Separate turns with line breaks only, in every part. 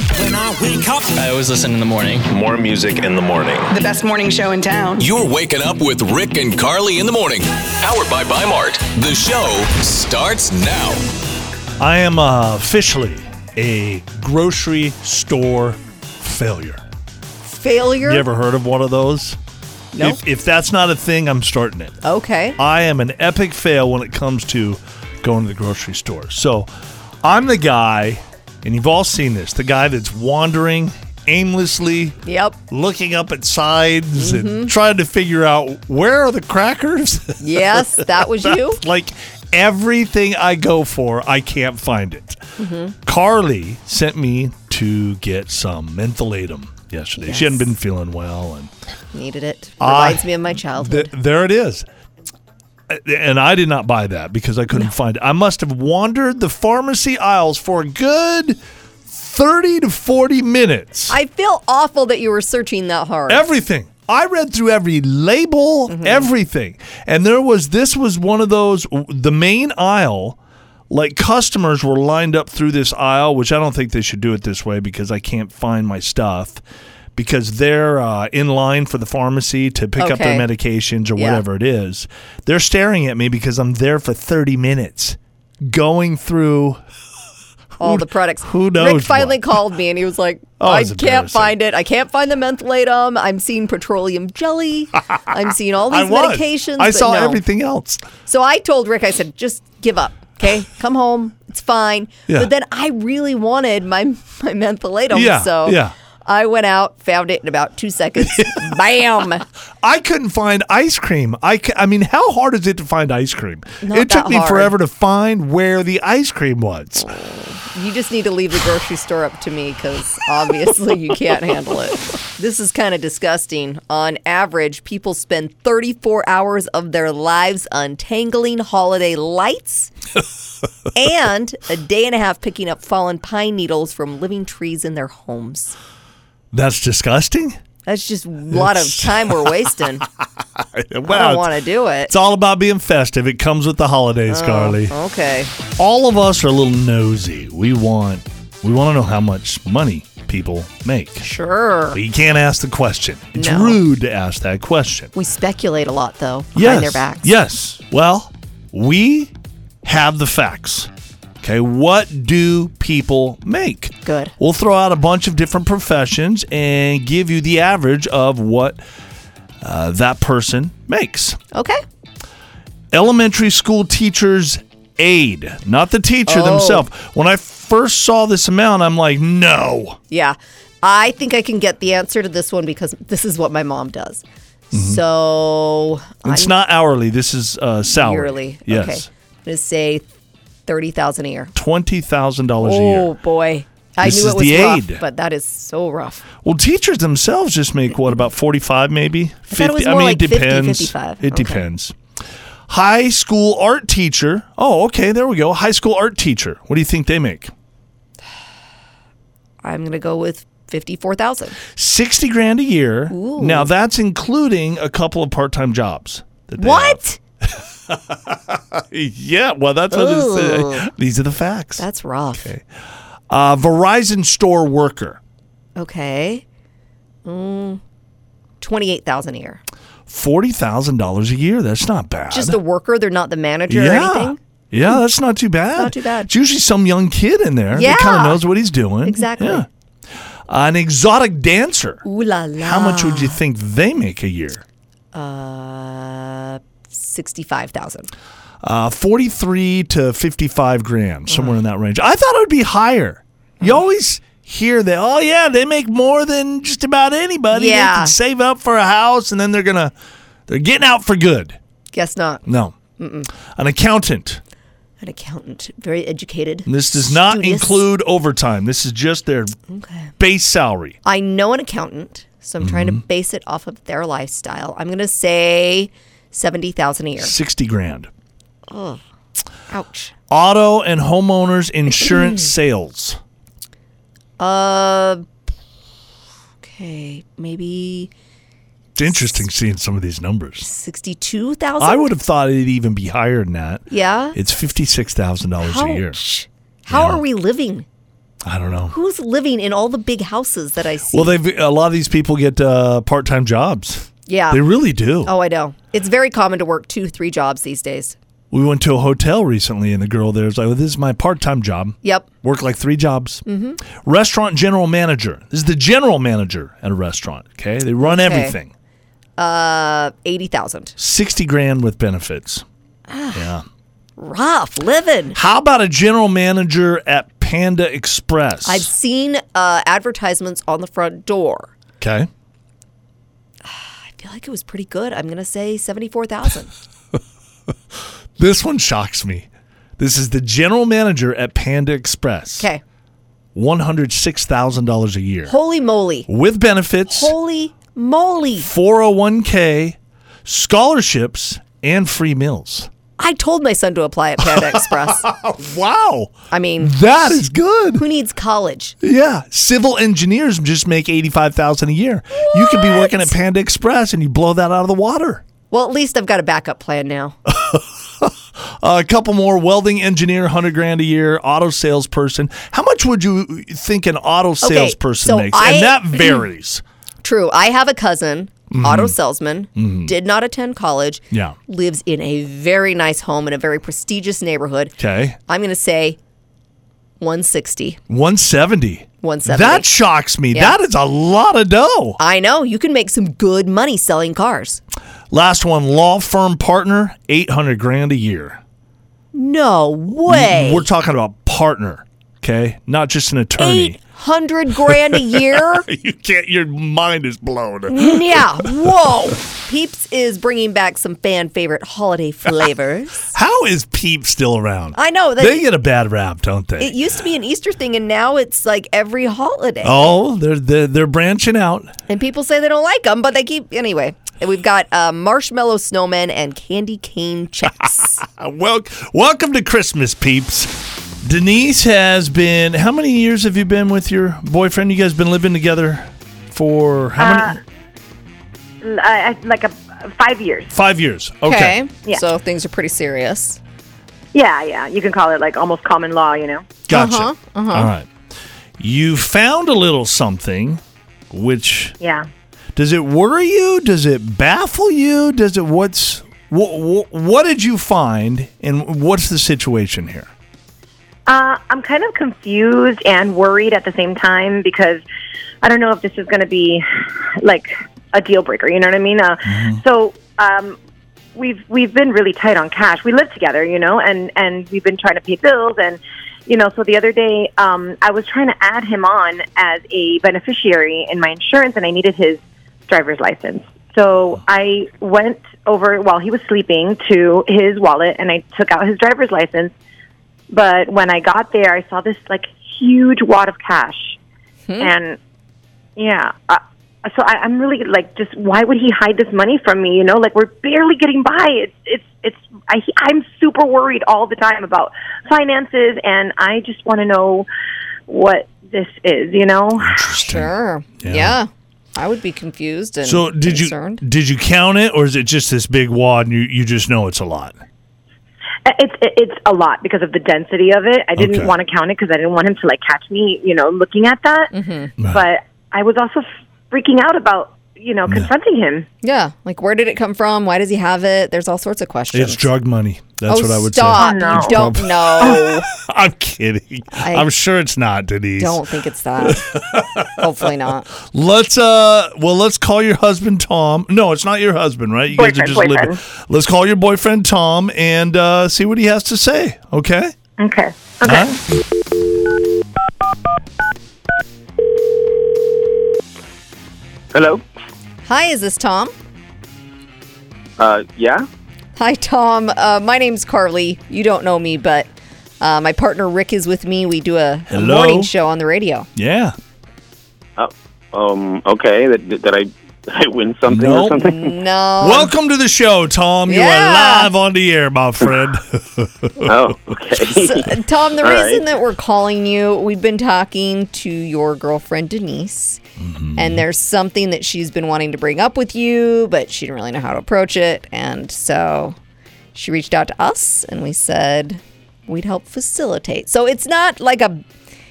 I wake up.
I always listen in the morning.
More music in the morning.
The best morning show in town.
You're waking up with Rick and Carly in the morning. Powered by Bimart. The show starts now.
I am uh, officially a grocery store failure.
Failure.
You ever heard of one of those?
Nope.
If, if that's not a thing, I'm starting it.
okay.
I am an epic fail when it comes to going to the grocery store. So I'm the guy, and you've all seen this the guy that's wandering aimlessly,
Yep.
looking up at sides and trying to figure out where are the crackers?
Yes, that was you.
like everything I go for, I can't find it. Carly sent me to get some mentholatum yesterday. She hadn't been feeling well, and
Needed it.
I-
Reminds me of my childhood.
th- there it is. Uh, And I did not buy that because I couldn't find it. I must have wandered the pharmacy aisles for a good thirty to forty minutes.
I feel awful that you were searching that hard.
Everything. I read through every label,
Mm-hmm.
everything. And there was this was one of those the main aisle like customers were lined up through this aisle, which I don't think they should do it this way because I can't find my stuff because they're uh, in line for the pharmacy to pick up their
Okay.
medications or
Yeah.
whatever it is. They're staring at me because I'm there for 30 minutes going through
all the products.
who knows
Rick finally
what?
called me and he was like,
Oh,
I
it's
can't
embarrassing.
find it. I can't find the mentholatum. I'm seeing petroleum jelly. I'm seeing all
I
these
was.
medications.
I
but
saw
no.
everything else.
So I told Rick, I said, just give up. Okay, come home. It's fine.
Yeah.
But then I really wanted my my mentholatum.
Yeah,
So
yeah.
I went out, found it in about two seconds. Bam.
I couldn't find ice cream. I, c- I mean, how hard is it to find ice cream?
Not
it took
that
me
hard.
forever to find where the ice cream was.
You just need to leave the grocery store up to me because obviously you can't handle it. This is kind of disgusting. On average, people spend 34 hours of their lives untangling holiday lights and a day and a half picking up fallen pine needles from living trees in their homes.
That's disgusting.
That's just a lot of time we're wasting. I
Wow,
don't want to do it. Oh.
It's all about being festive. It comes with the holidays, Carly.
Okay.
All of us are a little nosy. We want we want to know how much money people make.
Sure.
But you can't ask the question. It's
No.
rude to ask that question.
We speculate a lot, though, behind
yes.
their backs.
Yes. Well, we have the facts. Okay, what do people make?
Good.
We'll throw out a bunch of different professions and give you the average of what uh, that person makes.
Okay.
Elementary school teacher's aide, not the teacher
Oh.
themselves. When I first saw this amount, I'm like, no.
Yeah. I think I can get the answer to this one because this is what my mom does.
Mm-hmm.
So
It's
I'm
not hourly. This is uh, salary.
yearly.
Yes.
Okay. I'm gonna say thirty thousand a year.
$20,000 a year.
Oh boy. I
This
knew
is
it was
the
rough,
aid.
but that is so rough.
Well, teachers themselves just make what about forty-five, maybe fifty.
thought it was more like 50, 55.
It
Okay.
depends. High school art teacher. Oh, okay, there we go. High school art teacher. What do you think they make?
I'm gonna go with fifty-four thousand.
Sixty grand a year. Now that's including a couple of part-time jobs. that they
What?
have. Yeah. Well, that's what it's, uh, these are the facts.
That's rough. Okay.
Uh, Verizon store worker.
Mm, Twenty-eight thousand a
Uh,
year.
Forty thousand dollars a year. That's not bad.
Just the worker; they're not the manager
yeah.
or anything.
Yeah, that's not too bad.
Not too bad.
It's usually some young kid in there that kind of
Yeah.
knows what he's doing.
Exactly.
Yeah. An exotic dancer.
Ooh la la.
How much would you think they make a year?
Uh, sixty-five thousand.
Uh, 43 to 55 grand, somewhere in that range. I thought it would be higher. You
Mm.
always hear that, oh, yeah, they make more than just about anybody. They
Yeah.
can save up for a house and then they're going to, they're getting out for good.
Guess not.
No. An accountant.
an accountant, very educated.
This does not
studious.
include overtime. This is just their
Okay.
base salary.
I know an accountant, so I'm trying to
Mm-hmm.
base it off of their lifestyle. I'm gonna say seventy thousand a year.
60 grand.
Ouch.
Auto and homeowners insurance sales.
Uh. Okay, maybe
It's interesting seeing some of these numbers.
sixty-two thousand.
I would have thought it'd even be higher than that.
Yeah.
It's $56,000 a year.
Ouch. How are we living?
I don't know.
Who's living in all the big houses that I see?
Well, they have a lot of these people get uh, part-time jobs.
Yeah.
they really do.
oh, I know. It's very common to work two, three jobs these days.
We went to a hotel recently, and the girl there was like, well, "This is my part-time job.
Yep.
Work like three jobs. Mm-hmm. Restaurant general manager. This is the general manager at a restaurant. Okay, they run everything.
Uh, 80,000.
Sixty grand with benefits. yeah.
Rough living.
How about a general manager at Panda Express?
I've seen uh, advertisements on the front door.
okay.
I feel like it was pretty good. I'm going to say 74,000.
This one shocks me. This is the general manager at Panda Express.
Okay.
One hundred six thousand dollars a year
Holy moly.
with benefits.
Holy moly.
401k, scholarships, and free meals.
I told my son to apply at Panda Express.
Wow.
I mean,
That is good.
who needs college?
Yeah. Civil engineers just make 85000 a year. You could be working at Panda Express and you blow that out of the water.
Well, at least I've got a backup plan now.
a couple more welding engineer, 100 grand a year, auto salesperson. How much would you think an auto salesperson
so
makes?
I-
and that varies.
True. I have a cousin, auto salesman, did not attend college.
Yeah.
Lives in a very nice home in a very prestigious neighborhood.
Okay.
I'm going to say 160.
170.
170.
That shocks me.
Yeah.
That is a lot of dough.
I know you can make some good money selling cars.
Last one, law firm partner, 800 grand a year.
No way.
We're talking about partner, okay? Not just an attorney.
800 grand a year?
You can't your mind is
Mm-hmm.
blown.
yeah. Whoa. Peeps is bringing back some fan favorite holiday flavors.
How is Peep still around?
I know that
They get a bad rap, don't they?
it used to be an Easter thing and now it's like every holiday.
oh, they're, they're they're branching out.
And people say they don't like them, but they keep anyway. And We've got uh, marshmallow snowmen and candy cane chips.
Uh, Well, welcome to Christmas, peeps. Denise has been. How many years have you been with your boyfriend? You guys been living together for how
Uh,
many?
L- I, I- like a five years.
Five years. Okay.
Yeah.
so things are pretty serious.
Yeah, yeah. You can call it like almost common law, you know.
Gotcha.
Uh-huh,
All right. You found a little something, which
Yeah.
Does it worry you? Does it baffle you? Does it what's what, what did you find and what's the situation here?
Uh, I'm kind of confused and worried at the same time because I don't know if this is going to be like a deal breaker. You know what I mean? Uh, So um, we've we've been really tight on cash. We live together, you know, and and we've been trying to pay bills and you know. So the other day, um, I was trying to add him on as a beneficiary in my insurance, and I needed his driver's license. So I went over while he was sleeping to his wallet, and I took out his driver's license. But when I got there, I saw this like huge wad of cash, and yeah. Uh, so I, I'm really like, just why would he hide this money from me? You know, like we're barely getting by. It's it's it's. I, I'm super worried all the time about finances, and I just want to know what this is. You know,
Sure. Yeah. I would be confused and
So did you
concerned.
did you count it or is it just this big wad and you, you just know it's a lot?
Uh, it's it's a lot because of the density of it. I didn't
Okay.
want to count it because I didn't want him to like catch me. You know, looking at that. But I was also freaking out about you know confronting him.
Yeah. Like where did it come from? Why does he have it? There's all sorts of questions.
It's drug money. That's
oh,
what I would
stop.
Oh, no.
You don't know.
say. I'm kidding. I,
I-
am sure it's not, Denise.
don't think it's that. Hopefully not.
Let's uh well let's call your husband Tom. No, it's not your husband, right? You guys are
Boyfriend,
just
boyfriend.
living. Let's call your boyfriend Tom and uh, see what he has to say, okay?
Okay. Okay.
Huh?
Hello.
Hi, is this Tom?
Uh, yeah.
Hi, Tom. Uh, my name's Carly. You don't know me, but uh, my partner Rick is with me. We do a, a
Hello.
morning show on the radio.
Yeah.
Oh, um. Okay. That did I, did I win something
No.
or something?
No.
Welcome to the show, Tom. You
Yeah.
are live on the air, my friend.
oh. Okay.
So, Uh, Tom, the
All
reason
right.
that we're calling you, we've been talking to your girlfriend Denise,
Mm-hmm.
and there's something that she's been wanting to bring up with you, but she didn't really know how to approach it. And so she reached out to us, and we said we'd help facilitate. So it's not like a,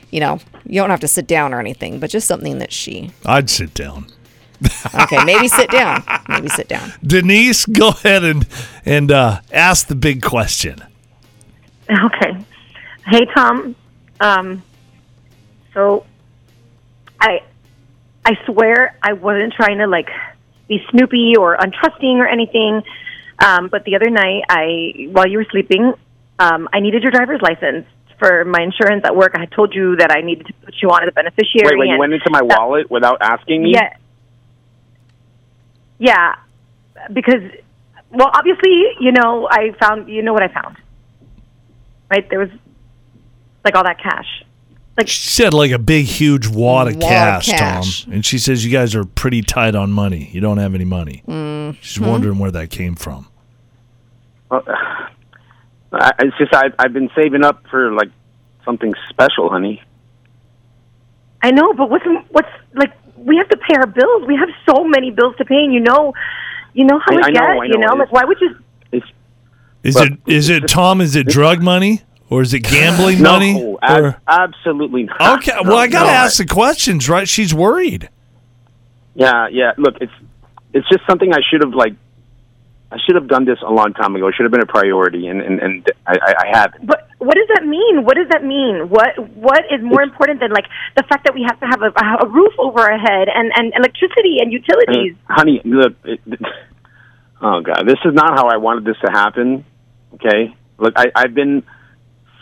you know, You don't have to sit down or anything, but just something that she.
I'd sit down.
Okay, maybe sit down. Maybe sit down.
Denise, go ahead and and uh, ask the big question.
Okay. Hey, Tom. Um, so, I, I swear I wasn't trying to like be snoopy or untrusting or anything. Um, but the other night, I while you were sleeping, um, I needed your driver's license for my insurance at work. I had told you that I needed to put you on as a beneficiary.
Wait, wait, you
and-
went into my wallet without asking me?
yeah. Yeah. Because, well, obviously, you know, I found, you know what I found. Right? There was like all that cash. Like,
She said like a big, huge wad of
Wad of
cash,
cash.
Tom, and she says you guys are pretty tight on money. You don't have any money. She's wondering where that came from.
I, it's just I, I've been saving up for like something special, honey.
I know, but what's, what's, like, we have to pay our bills. We have so many bills to pay, and you know, you know how
I-
we
I know,
get,
I
you
know.
know? Like, why would you,
It's
Is
But-
it is it Tom? Is it drug money or is it gambling money?
no, ab-
or-
absolutely not.
okay,
No,
well I gotta
no.
ask the questions, right? She's worried.
Yeah, yeah. Look, it's it's just something I should have like. I should have done this a long time ago. It should have been a priority, and and, and I, I, I haven't.
but what does that mean? What does that mean? What, what is more important than, like, the fact that we have to have a, a roof over our head and, and electricity and utilities?
Honey, look. It, oh God, this is not how I wanted this to happen. Okay, look, I, I've been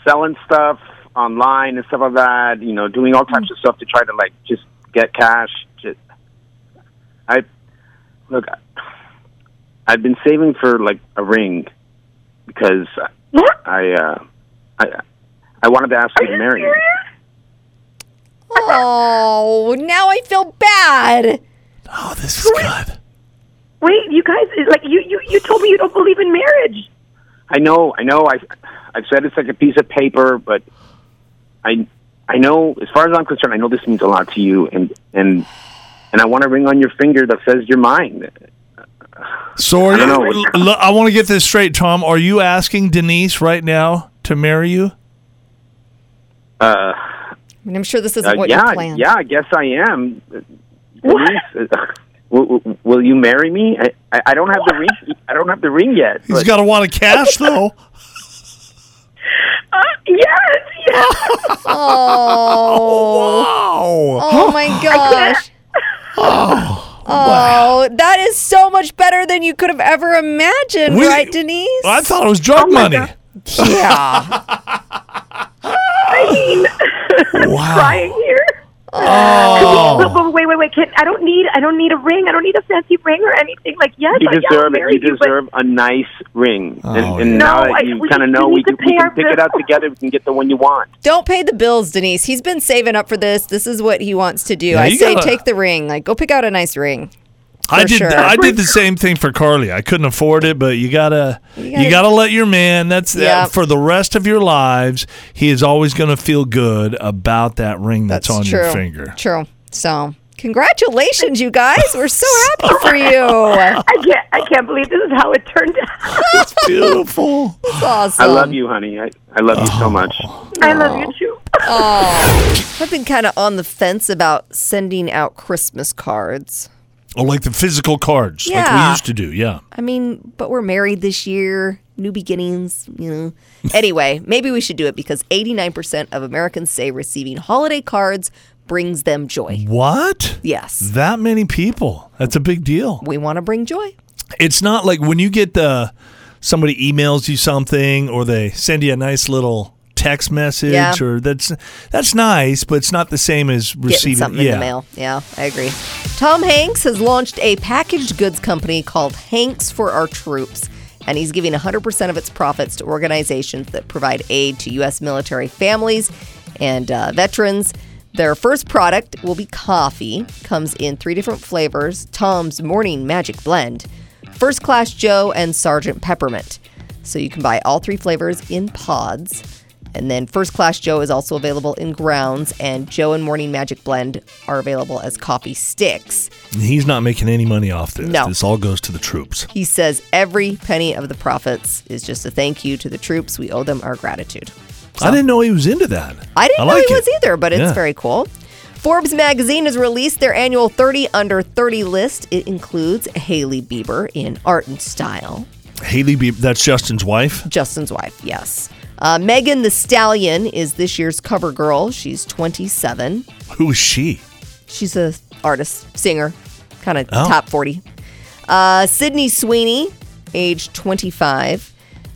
selling stuff online and stuff like that. You know, doing all types of stuff to try to like just get cash. Just, I look. I've been saving for like a ring because
What?
I uh, I I wanted to ask you to marry me.
Oh, now I feel bad.
Oh, this is good.
Wait, you guys, it- like you, you, you told me you don't believe in marriage.
I know, I know. I I've said it's like a piece of paper, but I I know as far as I'm concerned, I know this means a lot to you, and and and I want a ring on your finger that says you're mine.
So
I
are you,
don't know.
l- l- I want to get this straight, Tom. Are you asking Denise right now to marry you?
Uh,
I mean, I'm sure this
uh,
isn't what you
yeah,
planned.
yeah. I guess I am. Denise, uh, will, will- will you marry me? I, I- I don't have the ring. I don't have the ring yet.
He's
but-
got a lot of cash though.
Uh, yes, yes.
Oh,
Wow.
oh my gosh. Oh, that is so much better than you could have ever imagined,
We-
right, Denise?
I thought it was drug money.
yeah.
Wow.
Crying here.
Oh.
But, but wait, wait, wait, kid. I don't need, I don't need a ring. I don't need a fancy ring or anything. Like yes,
You
I- yeah, I'll
deserve it.
marry
You deserve a nice ring, and, and
Oh, yeah.
now
No, I-
that you
we
kind of
just
know
need
we can,
to
we
pay
can
our
pick it out
bills.
together. We can get the one you want.
Don't pay the bills, Denise. He's been saving up for this. This is what he wants to do. I
you
say
gotta-
take the ring. Like, go pick out a nice ring.
I
for
did.
sure.
I did the same thing for Carly. I couldn't afford it, but you gotta, you gotta,
gotta-
let your man. That's that-
Yep.
for the rest of your lives. He is always gonna feel good about that ring that's, on
true.
your finger.
True. So, congratulations, you guys. We're so happy for you.
I can't, I can't believe this is how it turned out.
It's beautiful.
That's awesome.
I
Um,
love you, honey. I, I love you
oh.
so much.
I love you too.
I've been kind of on the fence about sending out Christmas cards.
Oh, like the physical cards, like we
Yeah.
used to do. Yeah.
I mean, but we're married this year, new beginnings, you know. Anyway, maybe we should do it because 89% of Americans say receiving holiday cards brings them joy.
What?
Yes.
That many people. That's a big deal.
We want to bring joy.
it's not like when you get the somebody emails you something or they send you a nice little text message
Yeah.
or that's that's nice but it's not the same as
Getting
receiving
something
yeah.
in the mail. Yeah, I agree. Tom Hanks has launched a packaged goods company called Hanks for Our Troops, and he's giving 100% of its profits to organizations that provide aid to U.S. military families and uh, veterans. Their first product will be coffee, comes in three different flavors Tom's Morning Magic Blend, First Class Joe, and Sergeant Peppermint. So you can buy all three flavors in pods. And then First Class Joe is also available in grounds, and Joe and Morning Magic Blend are available as coffee sticks.
he's not making any money off this
No.
this all goes to the troops
He says every penny of the profits is just a thank you to the troops. We owe them our gratitude.
I didn't know he was into that.
I didn't know
like
he
it.
was either, but it's
Yeah.
very cool. Forbes magazine has released their annual 30 under 30 list. It includes Haley Bieber in art and style,
Haley Bieber. That's Justin's wife.
Justin's wife, yes. Uh, Megan the Stallion is this year's cover girl. She's 27.
Who is she?
She's a artist, singer, kind of
Oh.
top 40. Uh, Sydney Sweeney, age 25.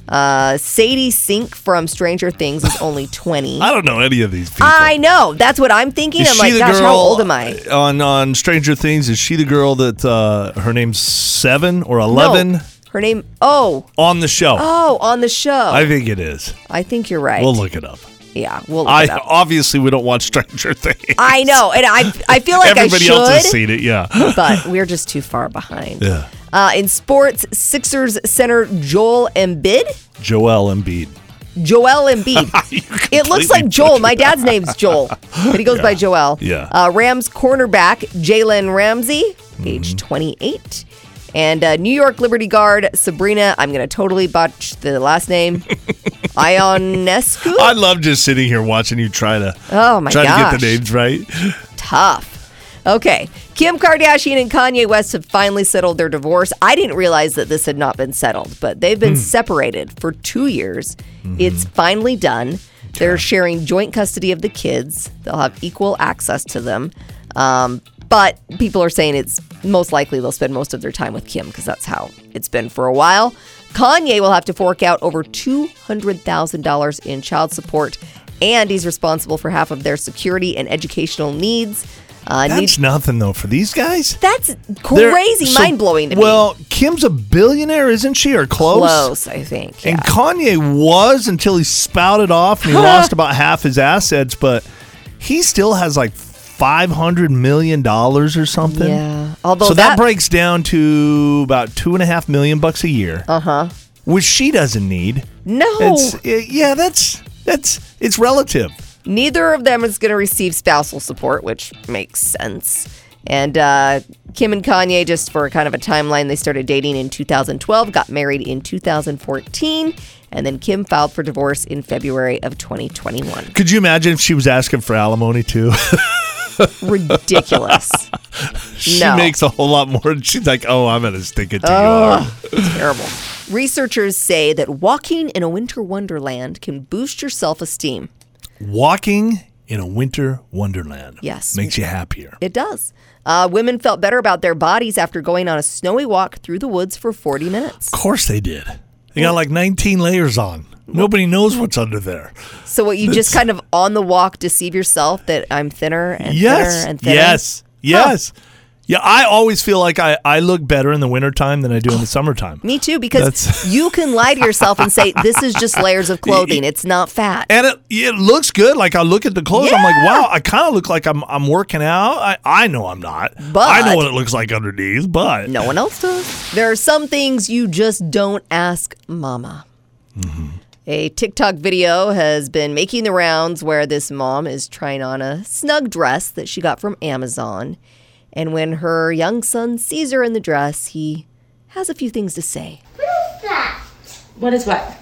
Uh, Sadie Sink from Stranger Things is only 20.
I don't know any of these people.
I know. That's what I'm thinking.
is
I'm
she
like,
the
gosh,
girl uh,
how old am I?
on on Stranger Things? Is she the girl that uh, her name's seven or eleven
No, her name. Oh,
on the show?
oh, on the show.
I
I,
think it is.
think you're right.
We'll look it up.
yeah, we'll look
I
it up.
obviously we don't watch Stranger Things.
I know, and I I feel like
Everybody
I should,
else has seen it. Yeah.
but we're just too far behind.
Yeah.
Uh, in sports, Sixers center Joel Embiid.
Joel Embiid.
Joel Embiid.
You
It
completely
looks like Joel.
butchered
My dad's name's Joel, but he goes by Joel.
Yeah.
Uh, Rams cornerback Jalen Ramsey,
Mm-hmm.
age 28. And uh, New York Liberty guard Sabrina, I'm going to totally botch the last name, Ionescu.
I love just sitting here watching you try to
Oh, my
try to get
gosh.
the names right.
Tough. Okay. Kim Kardashian and Kanye West have finally settled their divorce. I didn't realize that this had not been settled, but they've been separated for two years. It's finally done. They're sharing joint custody of the kids, they'll have equal access to them. Um, but people are saying it's most likely they'll spend most of their time with Kim because that's how it's been for a while. Kanye will have to fork out over $200,000 in child support, and he's responsible for half of their security and educational needs. Uh, needs-
That's nothing though for these guys.
that's
They're-
crazy,
so-
mind blowing to me.
Well, Kim's a billionaire, isn't she? Or close?
close, I think.
And
yeah.
Kanye was until he spouted off and he lost about half his assets, but he still has like five hundred million dollars or something.
Yeah. Although
so that,
that-
breaks down to about two and a half million bucks a year. Uh huh.
Uh-huh.
Which she doesn't need.
No.
It's eh, yeah, that's that's it's relative.
Neither of them is going to receive spousal support, which makes sense. And uh, Kim and Kanye, just for kind of a timeline, they started dating in 2012, got married in 2014, and then Kim filed for divorce in February of 2021.
Could you imagine if she was asking for alimony too?
Ridiculous.
she
No.
makes a whole lot more. She's like, oh, I'm gonna stick it to you.
Terrible. Researchers say that walking in a winter wonderland can boost your self esteem.
Walking in a winter wonderland.
Yes.
makes you happier.
It does. Uh, women felt better about their bodies after going on a snowy walk through the woods for 40 minutes.
Of course they did. They got like 19 layers on. Nobody knows what's under there.
So, what you just kind of on the walk deceive yourself that I'm thinner and
Yes.
thinner and thinner?
Yes. Yes. Yeah, I always feel like I, I look better in the wintertime than I do in the summertime.
Me too, because
That's-
you can lie to yourself and say, this is just layers of clothing. It's not fat.
And it, it looks good. Like I look at the clothes, I'm like,
Yeah.
wow, I kind of look like I'm I'm working out. I, I know I'm not. I
But-
know what it looks like underneath, but
No one else does. There are some things you just don't ask mama. Mm-hmm. A TikTok video has been making the rounds where this mom is trying on a snug dress that she got from Amazon. And when her young son sees her in the dress, he has a few things to say.
that?
What is what?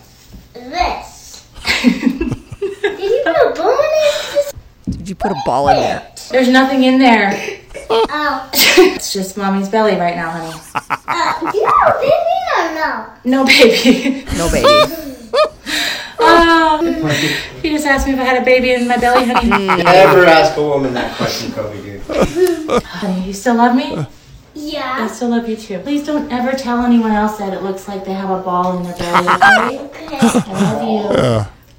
This. Did you put a bone in this?
Did you put a ball in there?
There's nothing in there.
Oh.
It's just mommy's belly right now, honey.
Uh, you know, they mean or no?
No, baby.
No, baby.
Oh, you just asked me if I had a baby in my belly, honey.
Never ask a woman that question, Kobe, dude.
honey, you still love me? I
Yeah.
still love you too. Please don't ever tell anyone else that it looks like they have a ball in their belly. okay?
Okay.
I love you.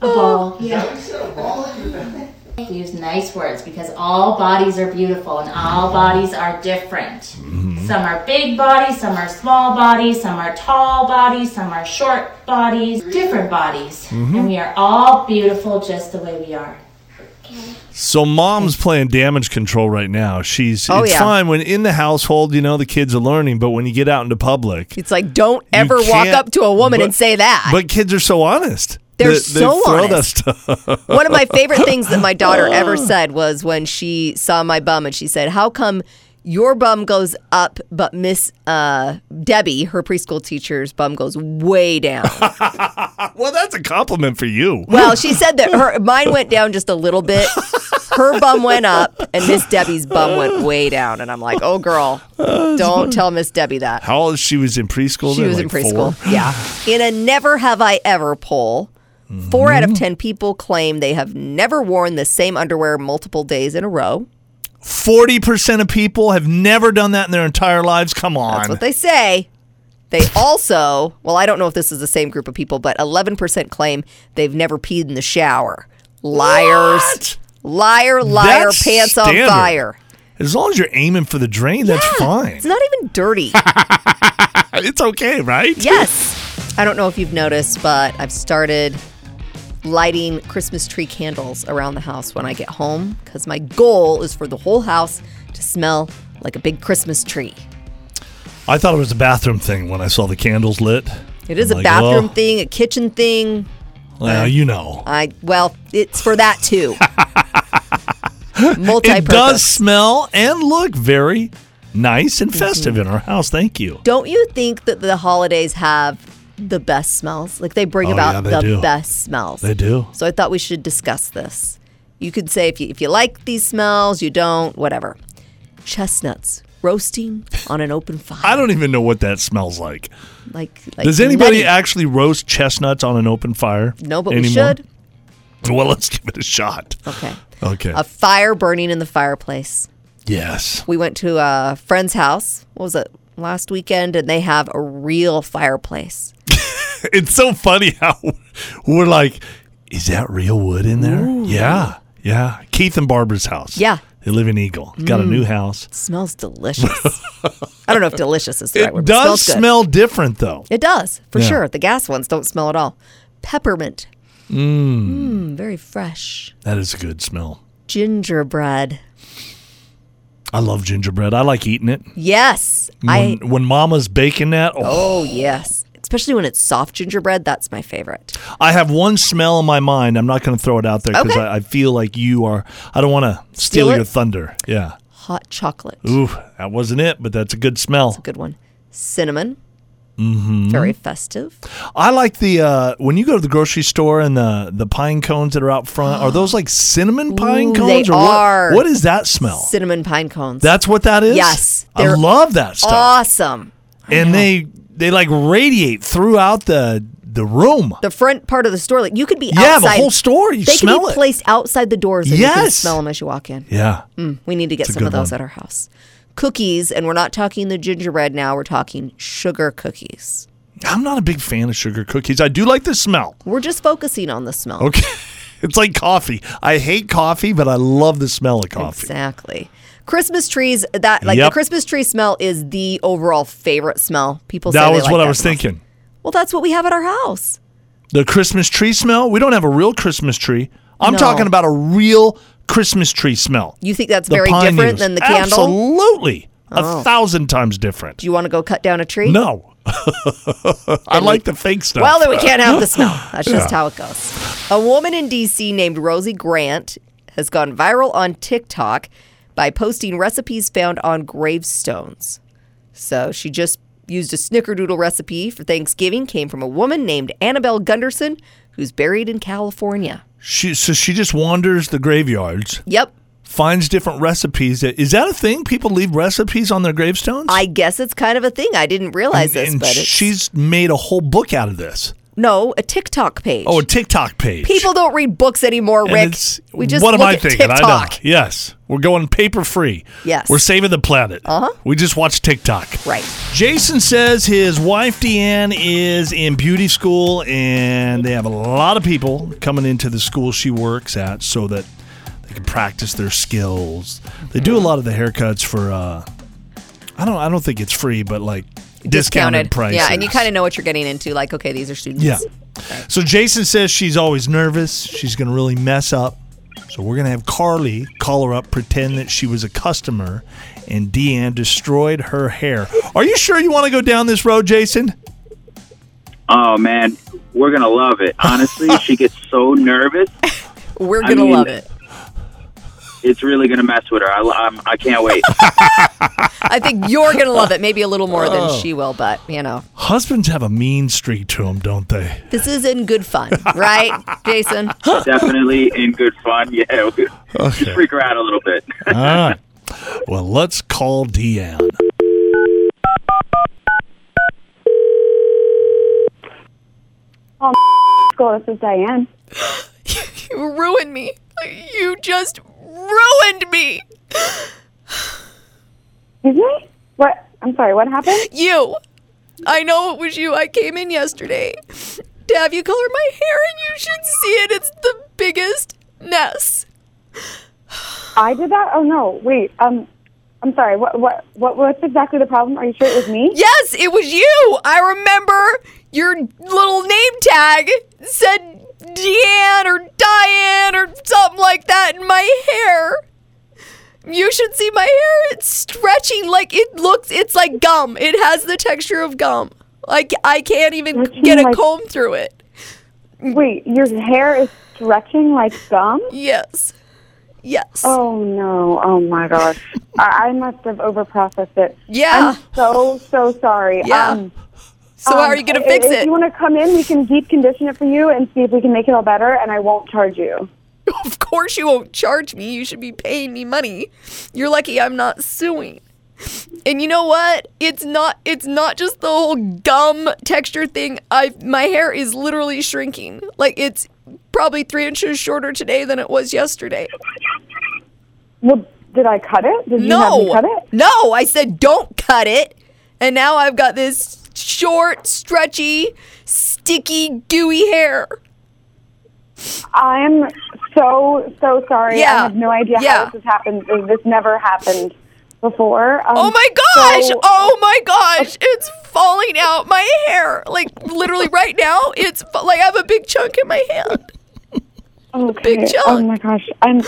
A ball. Yeah. We use nice words because all bodies are beautiful and all bodies are different. Some are big bodies, some are small bodies, some are tall bodies, some are short bodies, different bodies. And we are all beautiful just the way we are.
So mom's playing damage control right now. She's
Oh,
it's
yeah.
fine when in the household, you know, the kids are learning, but when you get out into public,
It's like, don't ever
You
walk
can't-
up to a woman
but-
and say that.
But kids are so honest.
They're
They- they
so
throw that
honest.
stuff.
One of my favorite things that my daughter ever said was when she saw my bum and she said, How come Your bum goes up, but Miss uh, Debbie, her preschool teacher's bum goes way down.
Well, that's a compliment for you.
Well, she said that her mine went down just a little bit. Her bum went up, and Miss Debbie's bum went way down. And I'm like, oh girl, don't tell Miss Debbie that.
How old she was in preschool?
She
then,
was
like
in preschool.
four?
Yeah. In a never have I ever poll, four
Mm-hmm.
out of 10 people claim they have never worn the same underwear multiple days in a row.
Forty percent of people have never done that in their entire lives. Come on.
That's what they say. They also, well, I don't know if this is the same group of people, but 11% claim they've never peed in the shower. Liars.
What?
Liar, liar,
That's
pants
standard.
on fire.
as long as you're aiming for the drain, that's fine.
It's not even dirty.
It's okay, right?
yes. I don't know if you've noticed, but I've started lighting Christmas tree candles around the house when I get home because my goal is for the whole house to smell like a big Christmas tree.
I thought it was a bathroom thing when I saw the candles lit.
It is
I'm
a
like, oh.
bathroom
well,
thing, Uh, a kitchen thing.
Well, you know.
I well, it's for that too.
It does
Multi-purpose.
smell and look very nice and festive
Mm-hmm.
in our house. Thank you.
Don't you think that the holidays have the best smells? Like they bring
Oh,
about
yeah, they
the
do.
best smells.
They do.
So I thought we should discuss this. You could say if you if you like these smells, you don't, whatever. Chestnuts roasting on an open fire.
I don't even know what that smells like.
like, like
Does anybody
nutty.
actually roast chestnuts on an open fire?
No, but we
anymore?
should.
Well, let's give it a shot.
Okay.
Okay.
A fire burning in the fireplace.
yes.
we went to a friend's house. What was it last weekend? And they have a real fireplace.
It's so funny how we're like, is that real wood in there? Yeah. Yeah. Keith and Barbara's house.
Yeah. Mm.
They live in Eagle. Got a new house.
It smells delicious. I don't know if delicious is the right
it
word. but
does
smells good.
smell different, though.
It does for
Yeah.
sure. The gas ones don't smell at all. Peppermint.
Mm.
Mmm. very fresh.
That is a good smell.
Gingerbread.
I love gingerbread. I like eating it.
Yes. I.
When, when Mama's baking that, oh,
Oh yes. Especially when it's soft gingerbread. That's my favorite.
I have one smell in my mind. I'm not going to throw it out there because
Okay.
I, I feel like you are. I don't want to steal
Steal it?
your thunder. Yeah.
Hot chocolate.
Ooh, that wasn't it, but that's a good smell.
Good one. Cinnamon. Mm-hmm. Very festive.
I like the uh, when you go to the grocery store and the the pine cones that are out front. Are those like cinnamon pine
Ooh,
cones?
they
or what-
are.
what is that smell?
Cinnamon pine cones.
That's what that is.
Yes,
I
they're
love that stuff.
awesome.
and they they like radiate throughout the the room.
the front part of the store. Like you could be
Yeah, the
outside.
whole store, you
they
smell
can be
it.
placed outside the doors. And you can
Yes.
smell them as you walk in.
yeah,
Mm, we need to
It's
get
a
some of
good
those
one.
at our house. Cookies, and we're not talking the gingerbread now. We're talking sugar cookies.
I'm not a big fan of sugar cookies. I do like the smell.
We're just focusing on the smell.
Okay, it's like coffee. I hate coffee, but I love the smell of coffee.
Exactly. Christmas trees. That like
Yep.
the Christmas tree smell is the overall favorite smell. People. say
That
they
was
like
what I
that
was
smell.
thinking.
Well, that's what we have at our house.
The Christmas tree smell. We don't have a real Christmas tree. I'm
No.
talking about a real Christmas tree smell.
You think that's
The
very
pine
different
needles.
than the candle?
Absolutely. A thousand times different.
Do you want to go cut down a tree?
No. I like the fake stuff.
Well, then we can't have the smell. That's just how it goes. A woman in D.C. named Rosie Grant has gone viral on TikTok by posting recipes found on gravestones. So she just used a snickerdoodle recipe for Thanksgiving, came from a woman named Annabelle Gunderson, who's buried in California.
she, so she just wanders the graveyards,
Yep.
finds different recipes. That, is that a thing? People leave recipes on their gravestones?
I guess it's kind of a thing. I didn't realize this,
and
but it's,
she's made a whole book out of this.
no, a TikTok page.
Oh, a TikTok page.
people don't read books anymore,
And
Rick.
it's-
We just
what
look
am I
at
thinking? I know.
TikTok.
Yes, we're going paper free.
Yes.
we're saving the planet. Uh huh. We just watch TikTok.
Uh-huh. Right.
Jason says his wife Deanne is in beauty school, and they have a lot of people coming into the school she works at so that they can practice their skills. They do a lot of the haircuts for. Uh, I don't. I don't think it's free, but like discounted, prices.
Yeah, and you kind of know what you're getting into. Like, okay, these are students.
Yeah. So Jason says she's always nervous. She's going to really mess up. So we're going to have Carly call her up, pretend that she was a customer, and Deanne destroyed her hair. Are you sure you want to go down this road, Jason?
Oh man, we're gonna love it. Honestly, she gets so nervous.
We're
I
gonna
mean-
love it.
it's really gonna mess with her. I, I'm, I can't wait.
I think you're going to love it, maybe a little more than
Oh.
she will, but you know,
Husbands have a mean streak to them, don't they?
this is in good fun, right, Jason?
Definitely in good fun. Yeah, just freak her out a little bit.
All right. Well, let's call Deanne.
School, this is Diane.
You ruined me. You just ruined me.
Excuse me? What? I'm sorry, what happened?
You. I know it was you. I came in yesterday to have you color my hair, and you should see it. It's the biggest mess.
I did that? Oh no, wait. Um, I'm sorry. What? What? What? What's exactly the problem? Are you sure it was me?
Yes, it was you. I remember your little name tag said Deanne or Diane or something like that in my hair. You should see my hair. It's stretchy like it looks it's like gum. It has the texture of gum. Like I can't even
Stretching
get a
like-
comb through it.
Wait, your hair is stretching like gum.
Yes. Yes.
Oh no! Oh my gosh! I, I must have overprocessed it.
Yeah.
I'm so so sorry.
Yeah.
Um,
so how
um,
are you going to
i-
fix
if
it?
you want to come in, we can deep condition it for you and see if we can make it all better, and I won't charge you.
of course you won't charge me. You should be paying me money. You're lucky I'm not suing. And you know what? It's not it's not just the whole gum texture thing. I my hair is literally shrinking. Like it's probably 3 inches shorter today than it was yesterday.
Well, did I cut it? Did you have me
No.
cut it?
No, I said don't cut it. And now I've got this short, stretchy, sticky, gooey hair.
I'm so so sorry.
Yeah.
I have no idea
Yeah.
how this has happened. This- This never happened before. Um,
Oh my gosh!
so-
oh my gosh! It's falling out my hair. Like literally right now, it's fa- like I have a big chunk in my hand.
okay.
big chunk.
Oh my gosh. I'm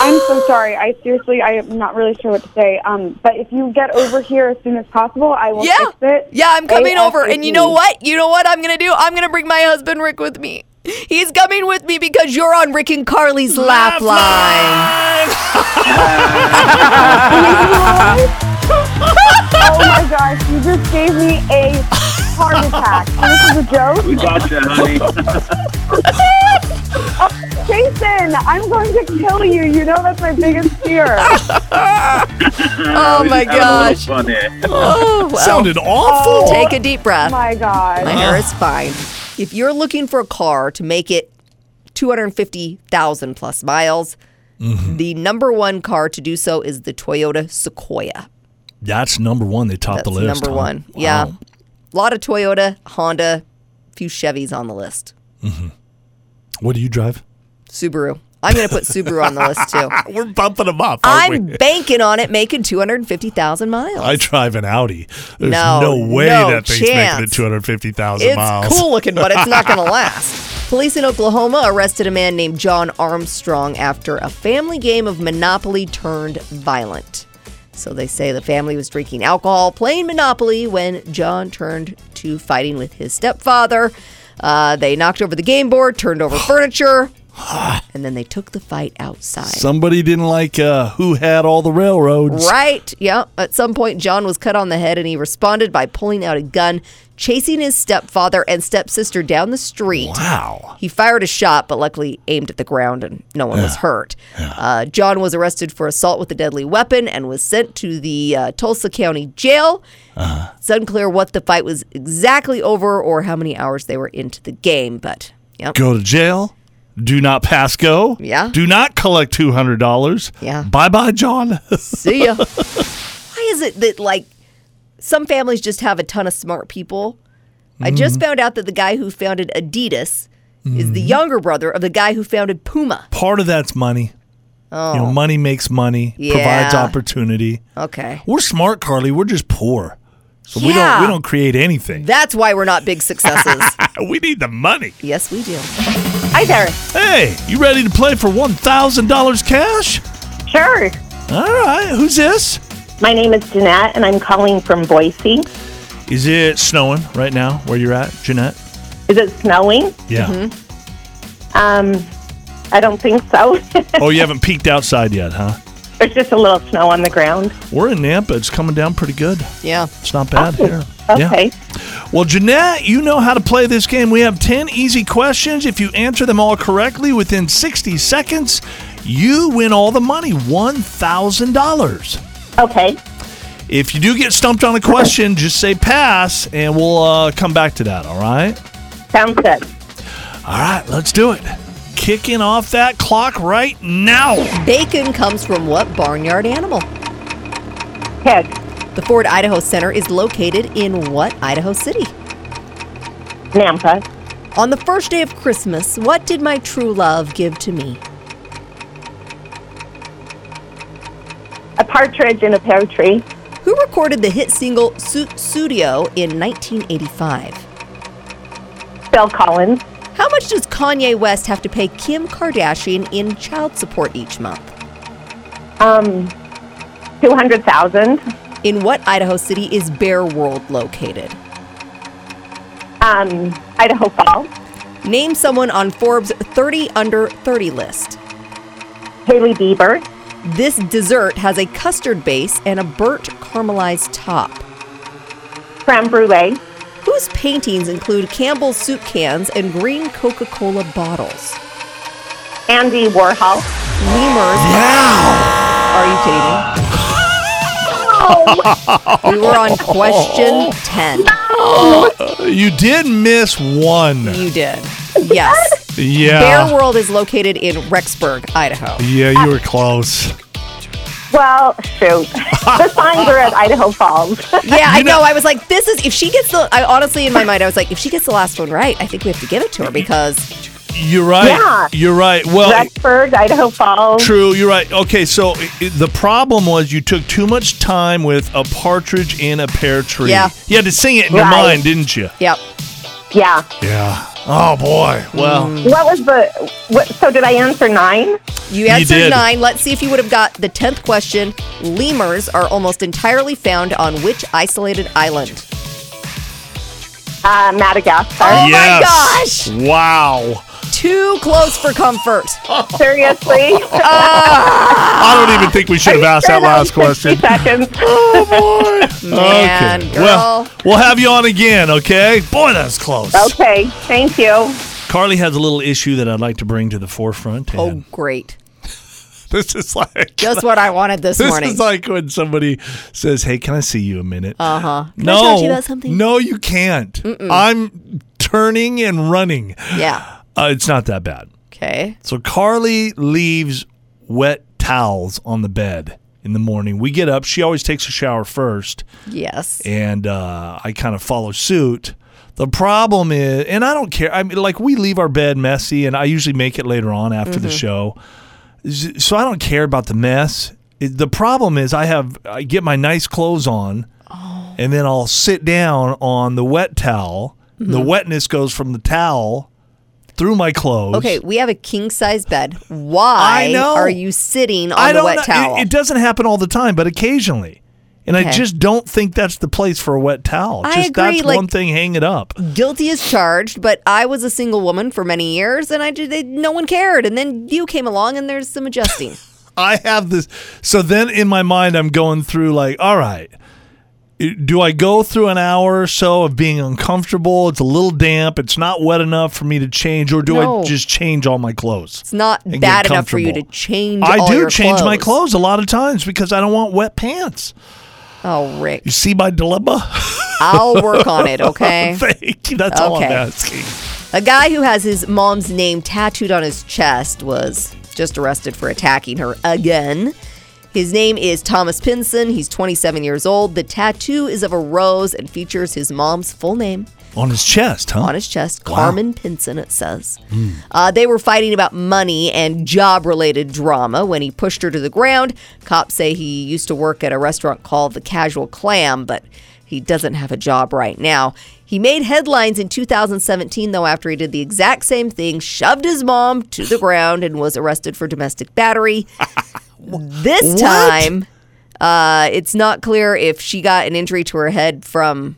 I'm so sorry. I seriously I am not really sure what to say. Um, but if you get over here as soon as possible, I will
Yeah,
fix it.
yeah, I'm coming
Oh,
over, and you know
ASAP.
what? You know what I'm gonna do? I'm gonna bring my husband Rick with me. He's coming with me because you're on Rick and Carly's lap line.
Oh my gosh, you just gave me a heart attack. this is a joke.
We got you, honey.
Jason, I'm going to kill you. You know that's my biggest fear.
Oh my gosh!
Fun there.
Oh, well.
Sounded awful.
Take a deep breath.
my
My
gosh.
hair is fine. If you're looking for a car to make it 250,000 plus miles,
Mm-hmm.
the number one car to do so is the Toyota Sequoia.
That's number one. They top
That's
the list.
number
huh?
one. Yeah.
Wow.
A lot of Toyota, Honda, few Chevys on the list.
What do you drive?
Subaru. I'm going to put Subaru on the list too.
We're bumping them up. aren't
I'm
we?
banking on it making 250,000 miles.
I drive an Audi. There's
No,
no, way
no
that thing's making it
chance.
250,000
It's
miles.
cool looking, but it's not going to last. Police in Oklahoma arrested a man named John Armstrong after a family game of Monopoly turned violent. So they say the family was drinking alcohol, playing Monopoly, when John turned to fighting with his stepfather. Uh, they knocked over the game board, turned over furniture, and then they took the fight outside.
Somebody didn't like uh, who had all the railroads.
Right. Yeah. At some point, John was cut on the head and he responded by pulling out a gun, chasing his stepfather and stepsister down the street.
Wow.
He fired a shot, but luckily aimed at the ground and no one was hurt. Uh, John was arrested for assault with a deadly weapon and was sent to the uh, Tulsa County Jail.
Uh-huh.
It's unclear what the fight was exactly over or how many hours they were into the game, but yeah.
Go to jail. Do not pass go.
Yeah.
Do not collect $200.
Yeah.
Bye bye, John.
See ya. Why is it that like some families just have a ton of smart people? I
Mm-hmm.
just found out that the guy who founded Adidas is the younger brother of the guy who founded Puma.
Part of that's money. Oh. You know, money makes money, provides
Yeah.
opportunity.
Okay.
We're smart, Carly. We're just poor. So we
Yeah.
don't we don't create anything.
That's why we're not big successes.
we need the money.
yes, we do.
Hi there.
Hey, you ready to play for $1,000 cash?
Sure.
All right. Who's this?
My name is Jeanette, and I'm calling from Boise.
Is it snowing right now where you're at, Jeanette?
Mm-hmm.
Is it snowing?
Yeah.
Um,
I don't think so.
Oh, you haven't peeked outside yet, huh?
There's just a little snow on the ground.
We're in Nampa. It's coming down pretty good.
Yeah.
It's not bad
Oh,
here.
okay.
Yeah. Well, Jeanette, you know how to play this game. We have 10 easy questions. If you answer them all correctly within 60 seconds, you win all the money $1,000.
Okay.
If you do get stumped on a question, just say pass and we'll uh, come back to that, all right?
Sounds good.
All right, let's do it. Kicking off that clock right now.
Bacon comes from what barnyard animal?
Pig.
The Ford Idaho Center is located in what Idaho city?
Nampa.
On the first day of Christmas, what did my true love give to me?
A partridge in a pear tree.
Who recorded the hit single Su- Studio in 1985?
Phil Collins.
How much does Kanye West have to pay Kim Kardashian in child support each month?
Um, 200,000.
In what Idaho city is Bear World located?
Um, Idaho Falls.
Name someone on Forbes 30 under 30 list.
Haley Bieber.
This dessert has a custard base and a burnt caramelized top.
Creme brulee.
Whose paintings include Campbell's soup cans and green Coca Cola bottles?
Andy Warhol.
Lemurs. Are you kidding me? We were on question 10.
You did miss one.
You did. Yes.
Yeah.
Bear World is located in Rexburg, Idaho.
Yeah, you were close.
Well, shoot. the signs are at Idaho Falls.
Yeah, I know. I was like, this is, if she gets the, I honestly, in my mind, I was like, if she gets the last one right, I think we have to give it to her because,
You're right.
Yeah.
You're right. Well,
Rexburg, Idaho Falls.
True, you're right. Okay, so i i the problem was you took too much time with a partridge in a pear tree.
Yeah.
You had to sing it in your
Right.
mind, didn't you?
yep.
Yeah.
Yeah. Oh boy. Well,
What was the? What, so did I answer nine?
You answered
did.
nine. Let's see if you would have got the 10th question. Lemurs are almost entirely found on which isolated island?
Uh, Madagascar.
Oh
yes.
my
gosh. Wow.
Too close for comfort.
Oh.
Seriously.
I don't even think we should have
Ah,
asked that last question.
60 seconds.
Oh boy.
Man,
okay.
girl.
Well, we'll have you on again, okay? Boy, that's close.
okay. Thank you.
Carly has a little issue that I'd like to bring to the forefront. And
Oh, great.
This is like
Just what I wanted this,
This
morning.
is like when somebody says, "Hey, can I see you a minute?"
uh huh.
no,
I talk to you about something?
no, you can't. I'm turning and running.
Yeah.
Uh, it's not that bad.
Okay.
So Carly leaves wet towels on the bed in the morning. We get up. She always takes a shower first,
Yes.
and uh, I kind of follow suit. The problem is, and I don't care. I mean, like we leave our bed messy, and I usually make it later on after the
Mm-hmm.
show. Z- So I don't care about the mess. It- The problem is, I have I get my nice clothes on,
Oh.
and then I'll sit down on the wet towel. The
Mm-hmm.
wetness goes from the towel through my clothes.
Okay, we have a king size bed. Why
I know.
are you sitting on
I
the
don't
wet
know. It-
towel?
It, doesn't happen all the time, but occasionally. And I
Okay.
just don't think that's the place for a wet towel.
I
Just that's
agree, like-
one thing. Hang it up.
Guilty as charged, but I was a single woman for many years, and I did. They, no one cared, and then you came along, and there's some adjusting.
I have this. So then in my mind, I'm going through like, all right, do I go through an hour or so of being uncomfortable? It's a little damp. It's not wet enough for me to change, or do
No.
I just change all my clothes?
It's not
and get
bad enough for you to
comfortable?
change.
I
all
do
your
change my clothes a lot of times because I don't want wet pants.
Oh, Rick,
You see my dilemma?
I'll work on it. Okay.
Thank you. That's all I'm
Okay.
asking.
A guy who has his mom's name tattooed on his chest was just arrested for attacking her again. His name is Thomas Pinson. He's 27 years old. The tattoo is of a rose and features his mom's full name
On his chest, huh?
on his chest. Carmen Pinson, it says. Uh, they were fighting about money and job related drama when he pushed her to the ground. Cops say he used to work at a restaurant called the Casual Clam, but he doesn't have a job right now. He made headlines in 2017, though, after he did the exact same thing, shoved his mom to the ground, and was arrested for domestic battery. this time, uh, it's not clear if she got an injury to her head from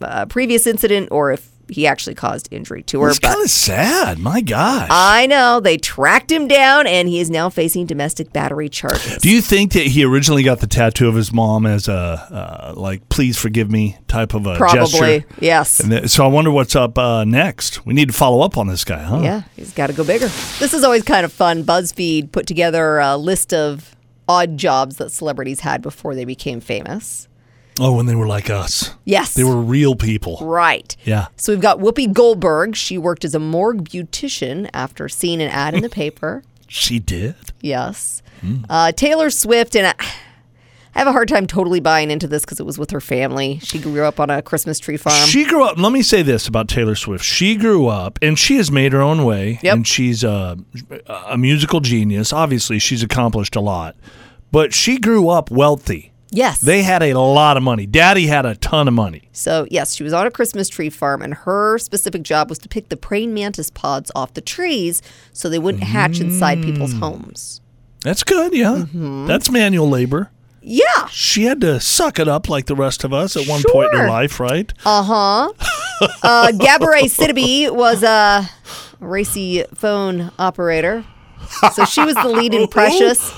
a previous incident or if he actually caused injury to her.
It's
but
kind of sad. My gosh.
I know they tracked him down, and he is now facing domestic battery charges.
Do you think that he originally got the tattoo of his mom as a uh, like "please forgive me" type of a
Probably,
gesture?
yes.
And th- so I wonder what's up uh, next. We need to follow up on this guy, huh?
Yeah, he's got to go bigger. This is always kind of fun. BuzzFeed put together a list of odd jobs that celebrities had before they became famous.
Oh, when they were like us.
Yes.
They were real people.
Right.
Yeah.
So we've got Whoopi Goldberg. She worked as a morgue beautician after seeing an ad in the paper.
She did.
Yes.
Hmm.
Uh, Taylor Swift, and I, I have a hard time totally buying into this because it was with her family. She grew up on a Christmas tree farm.
She grew up. Let me say this about Taylor Swift. She grew up, and she has made her own way.
Yep.
And she's a, a musical genius. Obviously, she's accomplished a lot, but she grew up wealthy.
yes.
They had a lot of money. Daddy had a ton of money.
so, yes, she was on a Christmas tree farm, and her specific job was to pick the praying mantis pods off the trees so they wouldn't hatch inside people's
Hmm.
homes.
That's good. Yeah.
Mm-hmm.
That's manual labor.
Yeah.
She had to suck it up like the rest of us at one point in her
Sure.
life, right?
Uh-huh. Uh Gabourey Sidibe was a racy phone operator. So she was the
Oh.
lead in Precious.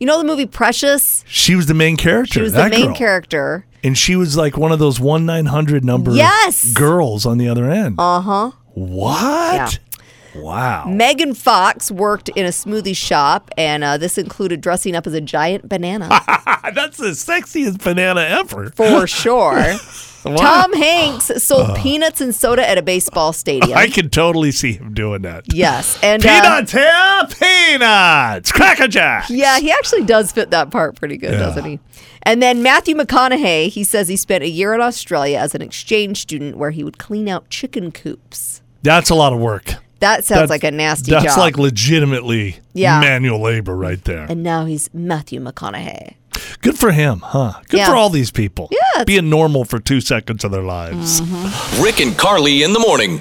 You know the movie Precious?
She was the main character.
She was the
that
main
girl.
character.
And she was like one of those 1 900 number
Yes.
girls on the other end.
Uh huh.
what? Wow.
Megan Fox worked in a smoothie shop, and uh, this included dressing up as a giant banana
That's the sexiest banana ever.
Mm. for sure. Tom Hanks sold peanuts and soda at a baseball stadium.
I can totally see him doing that.
yes, and uh,
Peanuts here, peanuts, cracker jack.
Yeah, he actually does fit that part pretty good, doesn't he? And then Matthew McConaughey, he says he spent a year in Australia as an exchange student where he would clean out chicken coops.
That's a lot of work.
That sounds
That's-
like a nasty
That's
job.
like legitimately
Yeah.
manual labor right there.
and now he's Matthew McConaughey.
Good for him, huh? Good
Yeah.
for all these people.
Yeah, it's-
Being normal for two seconds of their lives.
Rick and Carly in the morning.